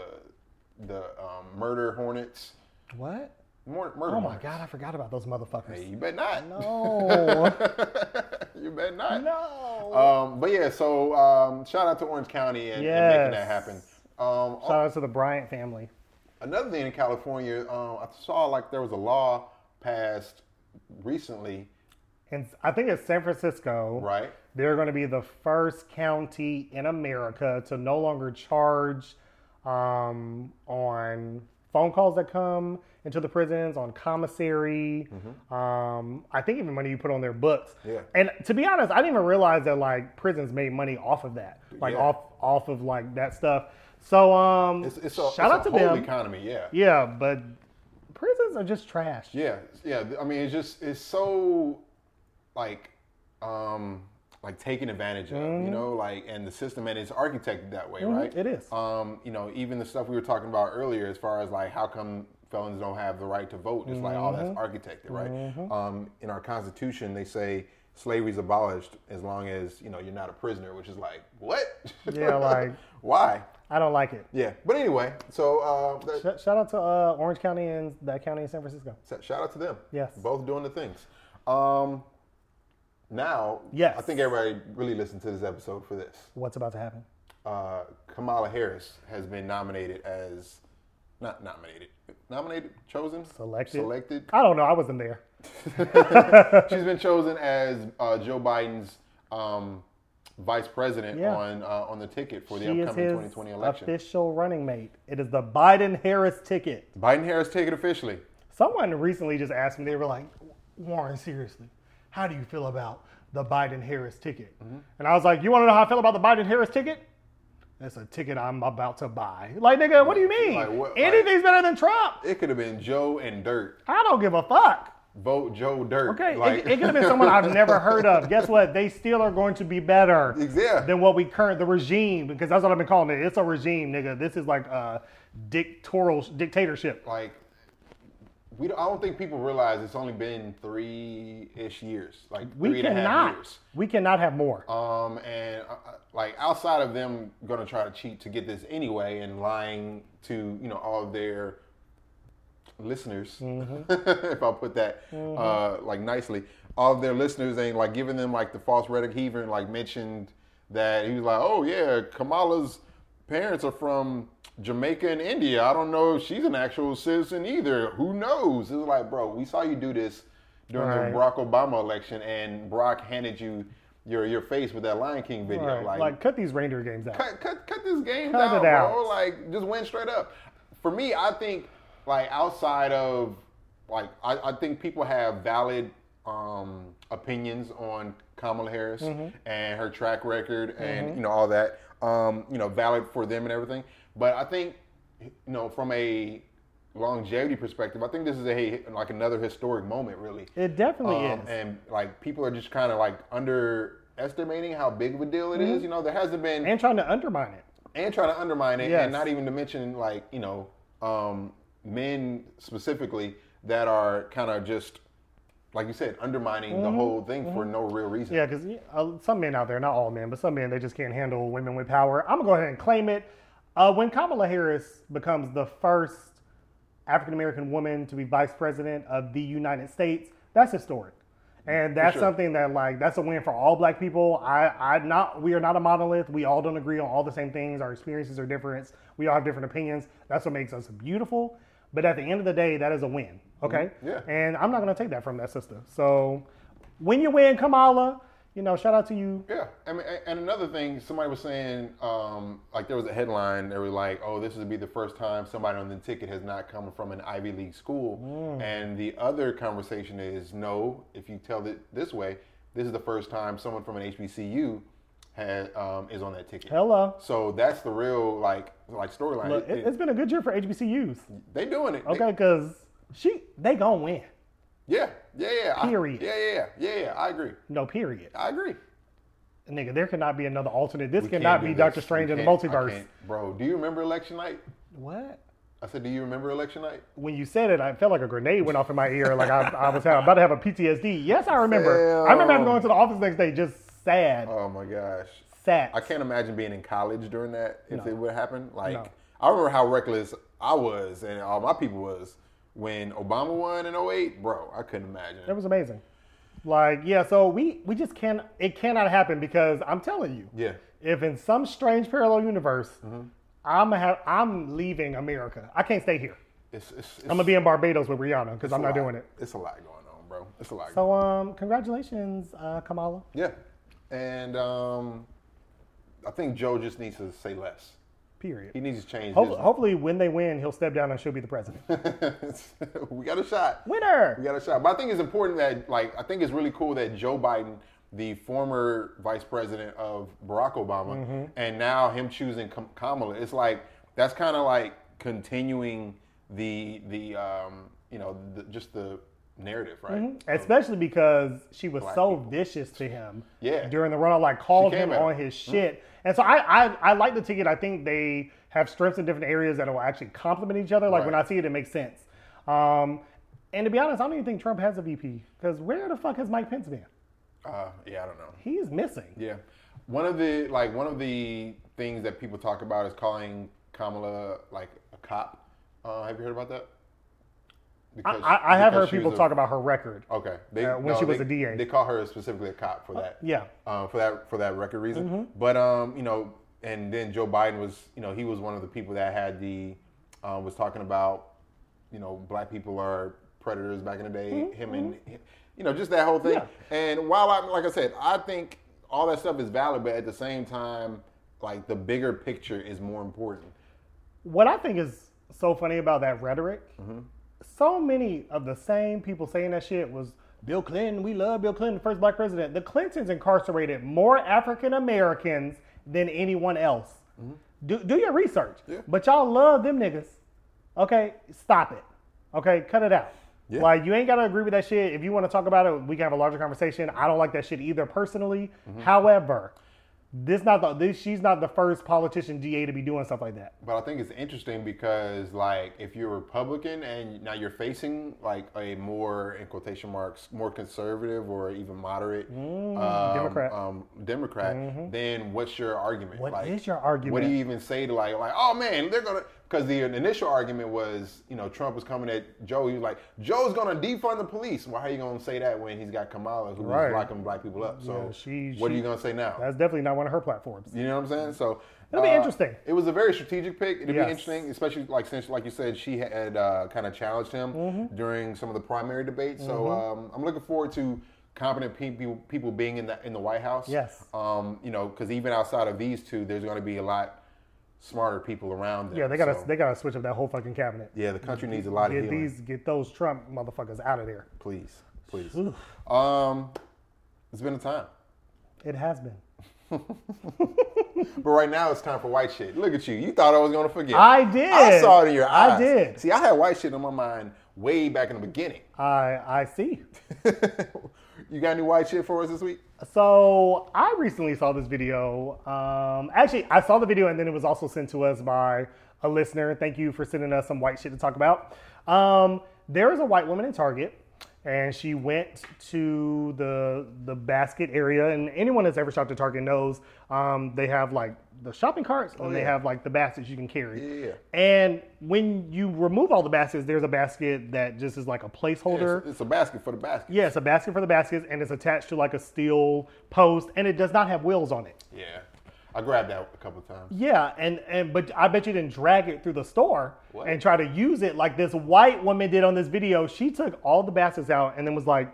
the um, murder hornets,
what?
Mur- murder.
Oh my
hornets.
god, I forgot about those motherfuckers.
Hey, you bet not.
No.
you bet not.
no.
Um, but yeah, so um, shout out to Orange County and, and making that
Yes.
happen. Um,
Shout out to the Bryant family.
Another thing in California, um, I saw like there was a law passed recently,
And I think it's San Francisco.
right?
They're going to be the first county in America to no longer charge um, on phone calls that come into the prisons, on commissary. Um, I think even money you put on their books.
Mm-hmm. Yeah.
And to be honest, I didn't even realize that like prisons made money off of that, like
Yeah.
off off of like that stuff. So um,
It's, it's a,
shout
it's
out
a
to
whole
them.
economy, yeah.
Yeah, but prisons are just trash.
Yeah, yeah. I mean, it's just it's so like um like taken advantage of, you know, like and the system and it's architected that way, right?
Mm-hmm. it is.
Um, you know, even the stuff we were talking about earlier, as far as like how come felons don't have the right to vote, it's like all
Mm-hmm.
that's architected, right? Um, in our Constitution, they say slavery's abolished as long as you know you're not a prisoner, which is like what?
Yeah, like-
why?
I don't like it.
Yeah, but anyway, so uh, that-
Sh- shout out to uh, Orange County and that county in San Francisco.
so Shout out to them.
Yes.
Both doing the things. Um, now,
Yes.
I think everybody really listened to this episode for this.
What's about to happen?
Uh, Kamala Harris has been nominated as, not nominated, nominated, chosen,
Selected.
selected.
I don't know. I wasn't there.
She's been chosen as uh, Joe Biden's um, vice president
Yeah.
on uh, on the ticket for the
She is
upcoming
his
2020 election.
official running mate. It is the Biden Harris ticket.
Biden Harris ticket officially.
Someone recently just asked me. They were like, Warren, seriously, how do you feel about the Biden Harris ticket?
Mm-hmm.
And I was like, you want to know how I feel about the Biden Harris ticket? That's a ticket I'm about to buy. Like, nigga, what do you mean?
Like, what- like-
Anything's better than Trump.
It could have been Joe and Dirt.
I don't give a fuck.
Vote Joe Dirt.
Okay, it-
Like-
it, could have been someone I've never heard of. Guess what? They still are going to be better
Yeah.
than what we current the regime because that's what I've been calling it. It's a regime, nigga. This is like a dictatorial dictatorship.
like we don't, I don't think people realize it's only been three ish years, like
We
three and a half
cannot.
years.
We cannot have more.
Um, and uh, uh, like outside of them going to try to cheat to get this anyway, and lying to you know all of their listeners,
Mm-hmm.
if I put that uh, like nicely, all of their listeners and like giving them like the false rhetoric. He even like mentioned that he was like, oh yeah, Kamala's parents are from Jamaica and India. I don't know if she's an actual citizen either. Who knows? It's like, bro, we saw you do this during
Right.
the Barack Obama election, and Barack handed you your your face with that Lion King video.
All right,
Like,
like, cut these reindeer games out.
cut, cut, cut this game
Cut
down,
it out.
bro. Like, just went straight up. For me, I think like outside of like I, I think people have valid um, opinions on Kamala Harris
Mm-hmm.
and her track record and you know all that. Um, you know, valid for them and everything. But I think you know from a longevity perspective, I think this is a like another historic moment, really.
It definitely
Um,
is.
and like people are just kind of like underestimating how big of a deal it is. You know, there hasn't been
Mm-hmm. and trying to undermine it.
and trying to undermine it,
Yes.
and not even to mention like you know um, men specifically that are kind of just like you said undermining the whole thing for no real reason.
Mm-hmm. Yeah, because uh, some men out there, not all men, but some men, they just can't handle women with power. I'm gonna go ahead and claim it. Uh, when Kamala Harris becomes the first African American woman to be vice president of the United States, that's historic, and that's
sure.
something that like that's a win for all Black people. I, I not we are not a monolith. We all don't agree on all the same things. Our experiences are different. We all have different opinions. That's what makes us beautiful. But at the end of the day, that is a win. Okay.
Yeah.
And I'm not gonna take that from that sister. So when you win, Kamala, you know, shout out to you.
Yeah, I mean, a- and another thing, somebody was saying, um, like there was a headline. They were like, "Oh, this would be the first time somebody on the ticket has not come from an Ivy League school."
Mm.
And the other conversation is, no, if you tell it this way, this is the first time someone from an HBCU has, um, is on that ticket.
Hello.
So that's the real like like storyline.
Look,
It-
it, has been a good year for HBCUs.
it- they doing it. They-
Okay, because she they gonna win.
Yeah, yeah, yeah. I-
Period.
yeah, yeah, yeah, yeah, yeah. I agree.
No, period.
I agree.
Nigga, there cannot be another alternate. This
We can't
cannot
do
be
this.
Doctor Strange
We
in the
can't- I
multiverse.
can't. Bro, do you remember election night?
What?
I said, do you remember election night?
When you said it, I felt like a grenade went off in my ear. Like I, I was about to have a PTSD. Yes, I remember. I remember having
Damn.
going to the office next day, just sad,
Oh my gosh.
sad.
I can't imagine being in college during that if it would happen. Like
No.
I remember how reckless I was and all my people was when Obama won in 08. Bro, I couldn't imagine.
That was amazing. Like yeah, so we we just can't. It cannot happen because I'm telling you.
yeah.
if in some strange parallel universe
Mm-hmm.
I'm ha- I'm leaving America, I can't stay here.
It's, it's, it's
I'm gonna be in Barbados with Rihanna because I'm
a
not
lot.
doing it.
It's a lot going on, bro. It's a lot.
So um, congratulations, uh, Kamala.
yeah. And um, I think Joe just needs to say less. He
Period.
needs to change
Hopefully, hopefully, when they win, he'll step down and she'll be the president.
his. we got a shot. We
Winner.
got a shot. But I think it's important that, like, I think it's really cool that Joe Biden, the former vice president of Barack Obama, and now him choosing Kam- Kamala, it's like that's kind of like continuing the the um, you know the, just the narrative, right?
Mm-hmm. Oh. Especially because she was so vicious to him
Yeah.
during the run-up, like called
She came
him
at him. Mm-hmm.
on his shit. And so I, I I like the ticket. I think they have strengths in different areas that will actually complement each other. Like when
Right.
I see it, it makes sense. Um, and to be honest, I don't even think Trump has a VP because where the fuck has Mike Pence been?
Uh, yeah, I don't know.
He is missing.
Yeah, one of the like one of the things that people talk about is calling Kamala like a cop. Uh, have you heard about that?
I,
Because,
I, I have
because
heard
she was
people
a-
talk about her record.
Okay, they,
uh, when she was
they-
a DA.
they call her specifically a cop for that.
yeah.
uh, for that for that record reason. But um, you know, and then Joe Biden was, you know, he was one of the people that had the uh, was talking about, you know, black people are predators back in the day. Him and you know, just that whole thing.
Yeah.
And while I like I said, I think all that stuff is valid, but at the same time, like the bigger picture is more important.
What I think is so funny about that rhetoric,
Mm-hmm.
so many of the same people saying that shit was Bill Clinton, we love Bill Clinton, first black president. The Clintons incarcerated more African Americans than anyone else. Do, do your research.
Mm-hmm. Yeah.
But y'all love them niggas. Okay, stop it. Okay, cut it out.
Yeah.
Like, you ain't got to agree with that shit. If you want to talk about it, we can have a larger conversation. I don't like that shit either personally.
Mm-hmm.
However, this not the, this, she's not the first politician DA to be doing stuff like that.
But I think it's interesting because, like, if you're Republican and now you're facing like a more, in quotation marks, more conservative or even moderate um,
Mm, Democrat. Mm-hmm.
um, Democrat, then what's your argument?
What is
like,
your argument?
what do you even say to like, like, oh man, they're gonna? Because the initial argument was, you know, Trump was coming at Joe. He was like, Joe's gonna defund the police. Why are you gonna say that when he's got Kamala who's
Right.
locking black people up? So
Yeah, Oh, she-
what are
she-
you gonna say now?
That's definitely not one of her platforms.
You know what I'm saying? So uh,
It'll be interesting.
It was a very strategic pick. It'll
Yes.
be interesting, especially like since, like you said, she had uh, kind of challenged him
Mm-hmm.
during some of the primary debates. So um, I'm looking forward to competent people people being in the in the White House.
Yes.
Um, you know, because even outside of these two, there's going to be a lot smarter people around them.
Yeah, they gotta
So,
they gotta switch up that whole fucking cabinet.
yeah, the country needs a lot of
Get
healing.
these get those Trump motherfuckers out of there.
Please, please. Um, it's been a time.
It has been.
But right now it's time for white shit. Look at you. You thought I was gonna forget.
I did.
I saw it in your eyes.
I did.
See, I had white shit on my mind way back in the beginning.
I I see.
you got any white shit for us this week?
So I recently saw this video. Um, actually, I saw the video and then it was also sent to us by a listener. Thank you for sending us some white shit to talk about. Um, there is a white woman in Target, and she went to the the basket area. And anyone that's ever shopped at Target knows um, they have like the shopping carts and they
yeah.
have like the baskets you can carry.
Yeah.
And when you remove all the baskets, there's a basket that just is like a placeholder.
It's, it's a basket for the basket.
Yeah, it's a basket for the baskets, and it's attached to like a steel post, and it does not have wheels on it.
Yeah. I grabbed that a couple of times.
Yeah, and and but I bet you didn't drag it through the store
What?
and try to use it like this white woman did on this video. She took all the baskets out and then was like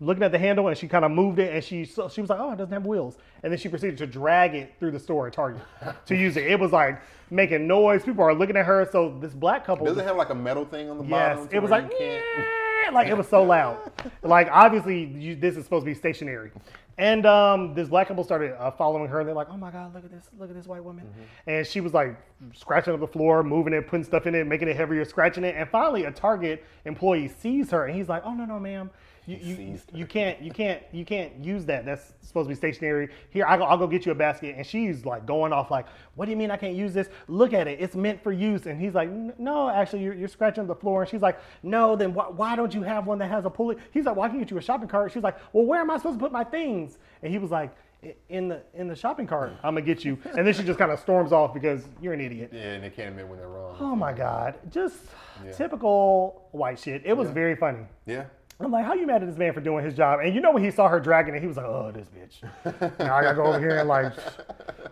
looking at the handle, and she kind of moved it, and she so she was like, "Oh, it doesn't have wheels," and then she proceeded to drag it through the store at Target to use it. It was like making noise. People are looking at her. So this black couple
Does it have like a metal thing on the
Yes,
bottom? to
it was
where
like
you can't-
like it was so loud. Like obviously you, this is supposed to be stationary. And um, this black couple started uh, following her, and they're like, "Oh my God, look at this! Look at this white woman!"
Mm-hmm.
And she was like scratching up the floor, moving it, putting stuff in it, making it heavier, scratching it. And finally, a Target employee sees her, and he's like, "Oh no, no, ma'am, you you,
seized her.
you can't you can't you can't use that. That's supposed to be stationary. Here, I'll go, I'll go get you a basket." And she's like going off, like, "What do you mean I can't use this? Look at it. It's meant for use." And he's like, "N- "No, actually, you're, you're scratching the floor." And she's like, "No, then why, why don't you have one that has a pulley?" He's like, "Why can't you get you a shopping cart?" She's like, "Well, where am I supposed to put my things?" And he was like. "I- In the in the shopping cart, I'm gonna get you, and then she just kind of storms off because you're an idiot.
Yeah, and they can't admit when they're wrong.
Oh my God. Just
Yeah.
typical white shit. It was very funny.
Yeah.
I'm like, how you mad at this man for doing his job? And you know when he saw her dragging it, he was like, oh, this bitch. now I gotta go over here and like,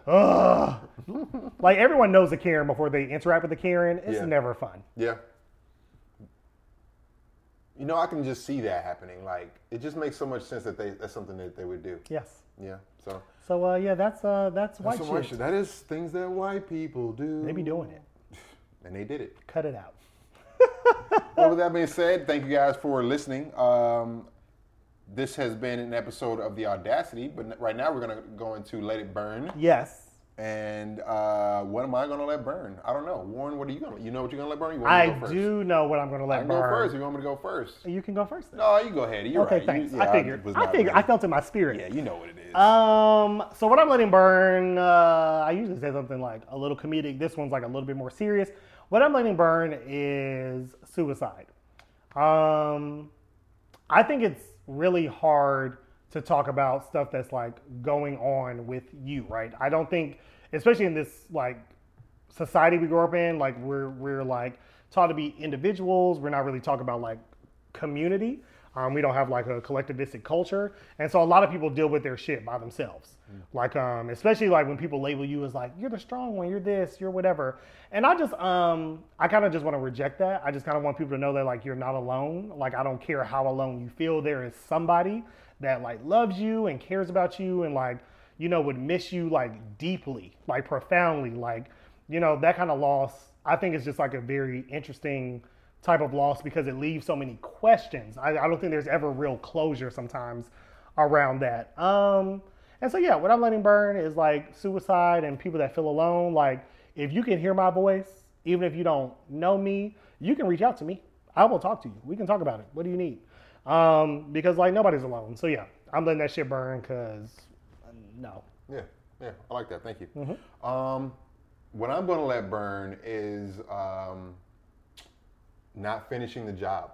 ugh. like everyone knows a Karen before they interact with the Karen. It's
Yeah.
never fun.
Yeah. You know, I can just see that happening. Like, it just makes so much sense that they that's something that they would do.
Yes.
Yeah. So
So uh, yeah, that's uh, that's white
that's some
shit.
white shit. That is things that white people do.
They be doing it.
And they did it.
Cut it out.
well, with that being said, thank you guys for listening. Um, this has been an episode of The Audacity, but n- right now we're going to go into Let It Burn.
Yes.
And uh, what am I going to let burn? I don't know. Warren, what are you going to You know what you're going to let burn? You want me
I
to go first?
do know what I'm gonna let
I can go
burn.
first. You want me to go first?
You can go first. Then.
No, you go ahead. You're
okay,
right.
thanks.
You, yeah,
I figured.
was
I,
not
figured. I
ready.
felt it in my spirit.
Yeah, you know what it is.
Um, so what I'm letting burn, uh, I usually say something like a little comedic. This one's like a little bit more serious. What I'm letting burn is suicide. Um, I think it's really hard to talk about stuff that's like going on with you, right? I don't think, especially in this like society we grew up in, like we're we're like taught to be individuals. We're not really talking about like community. Um, we don't have like a collectivistic culture, and so a lot of people deal with their shit by themselves. Like, um, especially like when people label you as like you're the strong one, you're this, you're whatever. And I just, um, I kind of just want to reject that. I just kind of want people to know that like you're not alone. Like I don't care how alone you feel, there is somebody that like loves you and cares about you and like you know would miss you like deeply, like profoundly, like you know that kind of loss i think is just like a very interesting type of loss because it leaves so many questions i, I don't think there's ever real closure sometimes around that um and so yeah what i'm letting burn is like suicide and people that feel alone like if you can hear my voice even if you don't know me you can reach out to me i will talk to you we can talk about it what do you need um because like nobody's alone so yeah i'm letting that shit burn because no
Yeah, yeah, I like that. Thank you.
Mm-hmm.
Um, what I'm going to let burn is um, not finishing the job.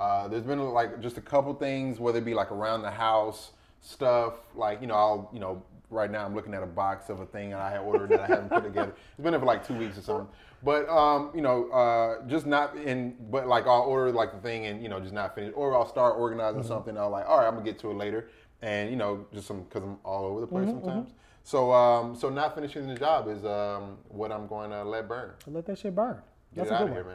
Uh, there's been like just a couple things, whether it be like around the house stuff, like you know, I'll you know, right now I'm looking at a box of a thing that I had ordered that I haven't put together. It's been there for like two weeks or something. But um, you know, uh, just not in, but like I'll order like the thing and you know, just not finish, or I'll start organizing
Mm-hmm.
something. I'll like, all right, I'm gonna get to it later, and you know, just some because I'm all over the place
Mm-hmm,
sometimes. So, um, so not finishing the job is um, what I'm going to let burn.
let that shit burn
Get
that's
it
a
out
good
of
one
here,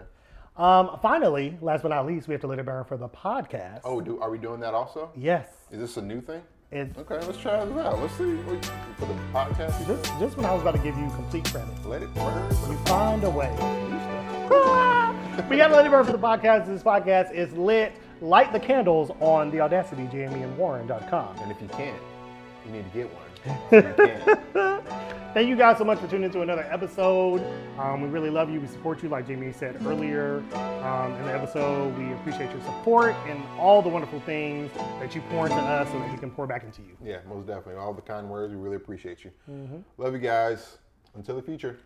man.
Um, finally, last but not least, we have to let it burn for the podcast.
Oh, do are we doing that also?
yes.
Is this a new thing?
It's
Okay, let's try this out. Let's see what- for the podcast.
just just when I was about to give you complete credit,
Let it burn. for
you
the
find a way.
new stuff.
we got to let it burn for the podcast. This podcast is lit. Light the candles on the audacity, jamieandwarren.com.
And if you can't, you need to get one. If you can't.
Thank you guys so much for tuning into another episode. Um, we really love you. We support you, like Jamie said earlier um, in the episode. We appreciate your support and all the wonderful things that you pour into us so that we can pour back into you.
Yeah, most definitely. All the kind words, we really appreciate you. Love you guys. Until the future.